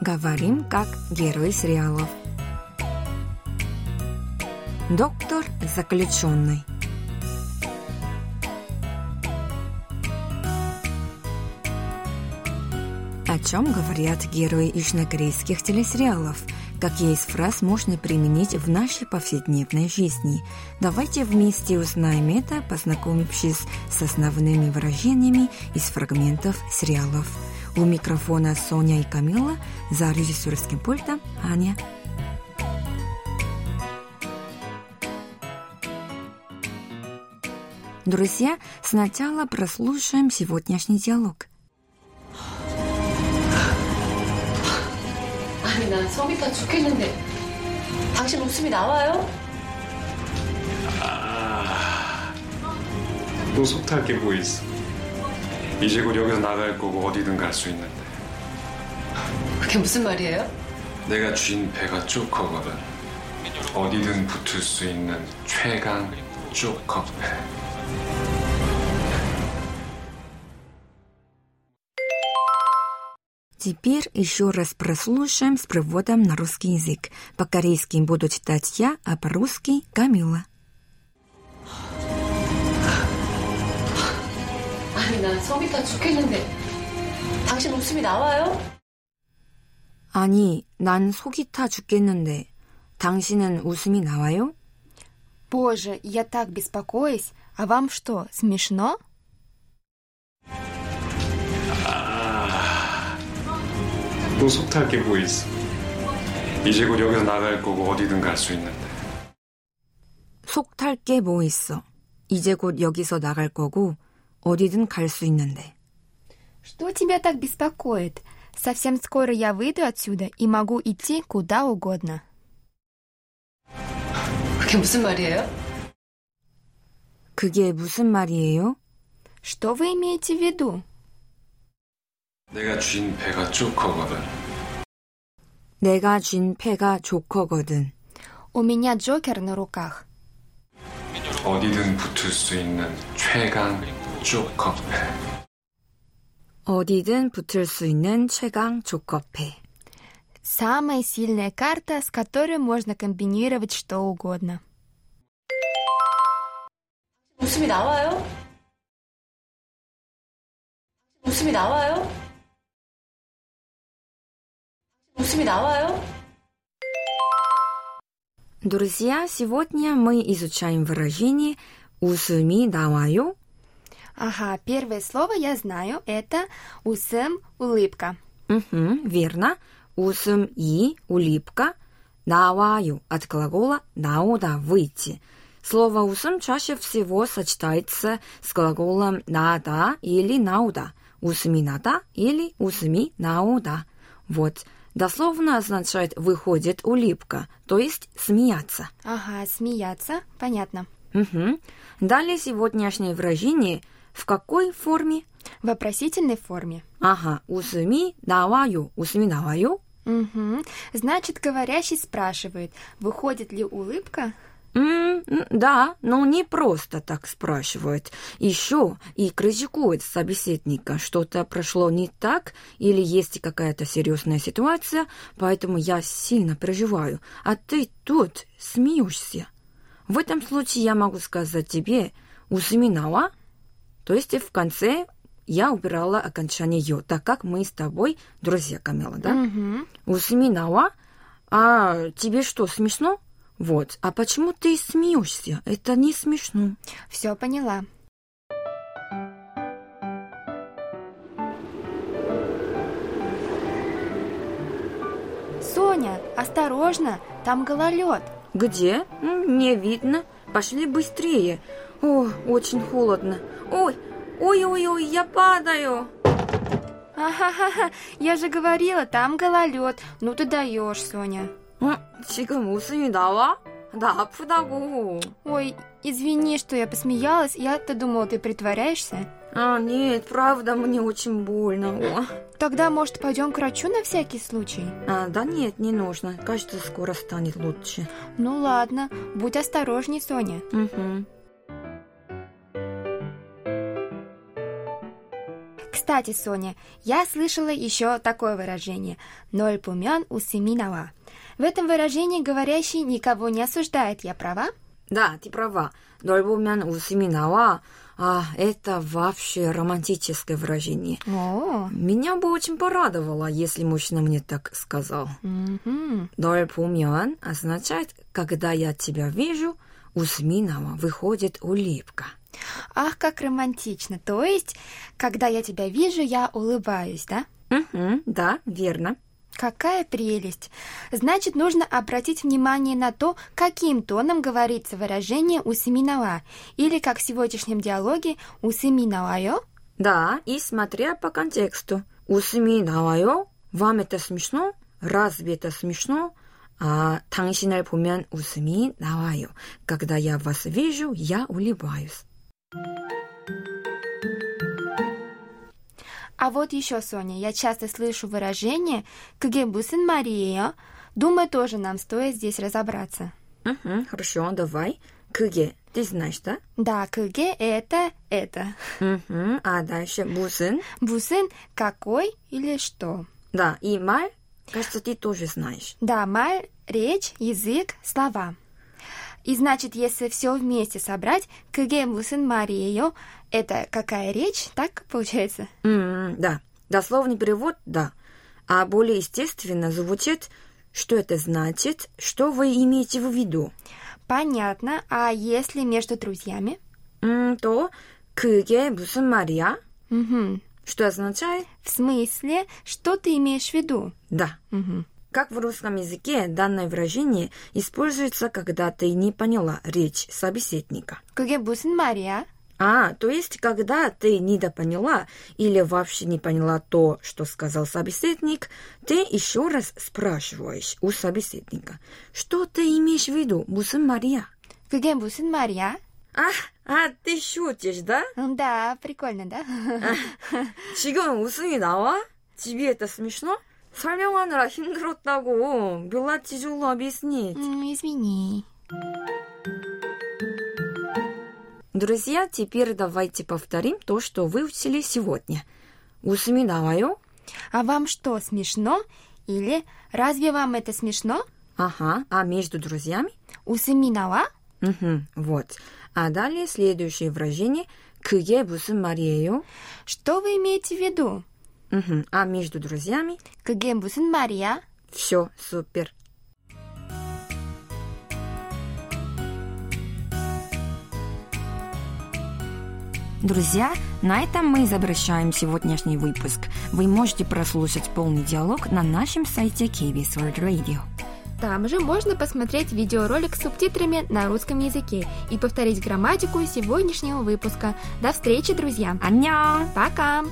Говорим как герои сериалов. Доктор заключенный. О чем говорят герои южнокорейских телесериалов? Какие из фраз можно применить в нашей повседневной жизни? Давайте вместе узнаем это, познакомившись с основными выражениями из фрагментов сериалов. У микрофона Соня и Камила, за режиссерским пультом Аня. Друзья, сначала прослушаем сегодняшний диалог. 아니 난 속이 다 죽겠는데 당신 웃음이 나와요? 또 속탈 게 뭐 있어? 이제 곧 여기서 나갈 거고 어디든 갈 수 있는데 그게 무슨 말이에요? 내가 쥔 배가 쪼커거든 어디든 붙을 수 있는 최강 쪼커 배 Теперь еще раз прослушаем с приводом на русский язык. По-корейски буду читать я, а по-русски – Камила. 아니 난 속이 다 죽겠는데 당신 웃음이 나와요? 아니, 난 속이 타 죽겠는데 당신은 웃음이 나와요? Боже, я так беспокоюсь. А вам что, смешно? 아. 또 속탈 게 뭐 있어? 이제 곧 여기서 나갈 거고 어디든 갈 수 있는데 속 탈 게 뭐 있어? 이제 곧 여기서 나갈 거고 어디든 갈 수 있는데. Что тебя так беспокоит? Совсем скоро я выйду отсюда и могу идти куда угодно. 그게 무슨 말이에요? 그게 무슨 말이에요? Что вы имеете в виду? 내가 쥔 배가 쪼커거든 내가 쥔 패가 조커거든. У меня Джокер на руках. 어디든 붙을 수 있는 최강 쪼커 배 어디든 붙을 수 있는 최강 조커패. Самая сильная карта, с которой можно комбинировать что угодно. 웃음이 나와요? 웃음이 나와요? 웃음이 나와요? Друзья, сегодня мы изучаем выражение «웃음이 나와요» Ага, первое слово я знаю, это усем улыбка. Мгм, верно. Усым и улыбка. Наваю от глагола науда выйти. Слово усым чаще всего сочетается с глаголом надо или науда. Усми надо или усми науда. Вот. Дословно означает выходит улыбка, то есть смеяться. Ага, смеяться, понятно. Мгм. Далее сегодняшнее выражение в какой форме? В вопросительной форме. Ага, усми наваю, усми наваю, Угу. Значит, говорящий спрашивает, выходит ли улыбка? М, н- да, но не просто так спрашивают. Еще и критикует собеседника. Что-то прошло не так или есть какая-то серьезная ситуация, поэтому я сильно переживаю. А ты тут смеешься. В этом случае я могу сказать тебе «усминала», то есть в конце я убирала окончание «ё», так как мы с тобой друзья, Камила, да? Мгм. усминала. А тебе что, смешно? Вот. А почему ты смеешься? Это не смешно. Все поняла. Соня, осторожно, там гололед. Где? М, Не видно. Пошли быстрее. О, очень холодно. Ой, ой-ой-ой, я падаю. Ахахаха, я же говорила, там гололед. Ну ты даешь, Соня. М, 지금 웃음이 나와? 나 아프다고. Ой, извини, что я посмеялась. Я-то думала, ты притворяешься. А, нет, правда, мне очень больно. О. Тогда, может, пойдем к врачу на всякий случай? А, да нет, не нужно. Кажется, скоро станет лучше. Ну ладно, будь осторожней, Соня. Мгм. Кстати, Соня, я слышала еще такое выражение «ноль пумен у семи нала». В этом выражении говорящий никого не осуждает, я права? Да, ты права. Дольбумен у семинала, а это вообще романтическое выражение. О, Меня бы очень порадовало, если мужчина мне так сказал. мгм. Дольбумен означает, когда я тебя вижу, у Сминова выходит улыбка. ах, как романтично. То есть, когда я тебя вижу, я улыбаюсь, да? Мгм, да, верно. Какая прелесть! Значит, нужно обратить внимание на то, каким тоном говорится выражение «усиминала» или, как в сегодняшнем диалоге, «усиминалайо». Да, и смотря по контексту. У Сминоваё, вам это смешно? Разве это смешно? А 당신을 보면 웃음이 나와요. Когда я вас вижу, я улыбаюсь. А вот еще, Соня, я часто слышу выражение «кге бусин Мария». Думаю, тоже нам стоит здесь разобраться. Мгм, хорошо, давай. 그게 ты знаешь, да? Да, «кге» — это «это». Мгм, а дальше 무슨? «Бусын» — «какой» или «что». Да, и 말, кажется, ты тоже знаешь. Да, маль, речь, язык, слова. И значит, если все вместе собрать, кге бусын мариеё, это какая речь, так получается? М, да, дословный перевод, да. А более естественно звучит, что это значит, что вы имеете в виду. Понятно, а если между друзьями? 음, 또 그게 무슨 말이야? Мгм. Что означает? В смысле, что ты имеешь в виду? Да. Мгм. Как в русском языке данное выражение используется, когда ты не поняла речь собеседника. Кге бусын мария? А, то есть, когда ты недопоняла или вообще не поняла то, что сказал собеседник, ты еще раз спрашиваешь у собеседника, что ты имеешь в виду, Мусин Мария? Кге бусын мария? А, а ты шутишь, да? М, Да, прикольно, да? 지금 웃음이 나와? 집이 это смешно? 설명하느라 힘들었다고. 별라 지졸라 미스니. М, Извини. Друзья, теперь давайте повторим то, что выучили сегодня. 웃음이 나와요? А вам что, смешно? Или разве вам это смешно? Ага, а между друзьями? Усыминала? Мгм, вот. А далее следующее выражение 그게 무슨 말이에요? Что вы имеете в виду? Мгм, А между друзьями 그게 무슨 말이야? все супер. Друзья, на этом мы и завершаем сегодняшний выпуск. Вы можете прослушать полный диалог на нашем сайте KBS World Radio. Там же можно посмотреть видеоролик с субтитрами на русском языке и повторить грамматику сегодняшнего выпуска. До встречи, друзья! 안녕! Пока!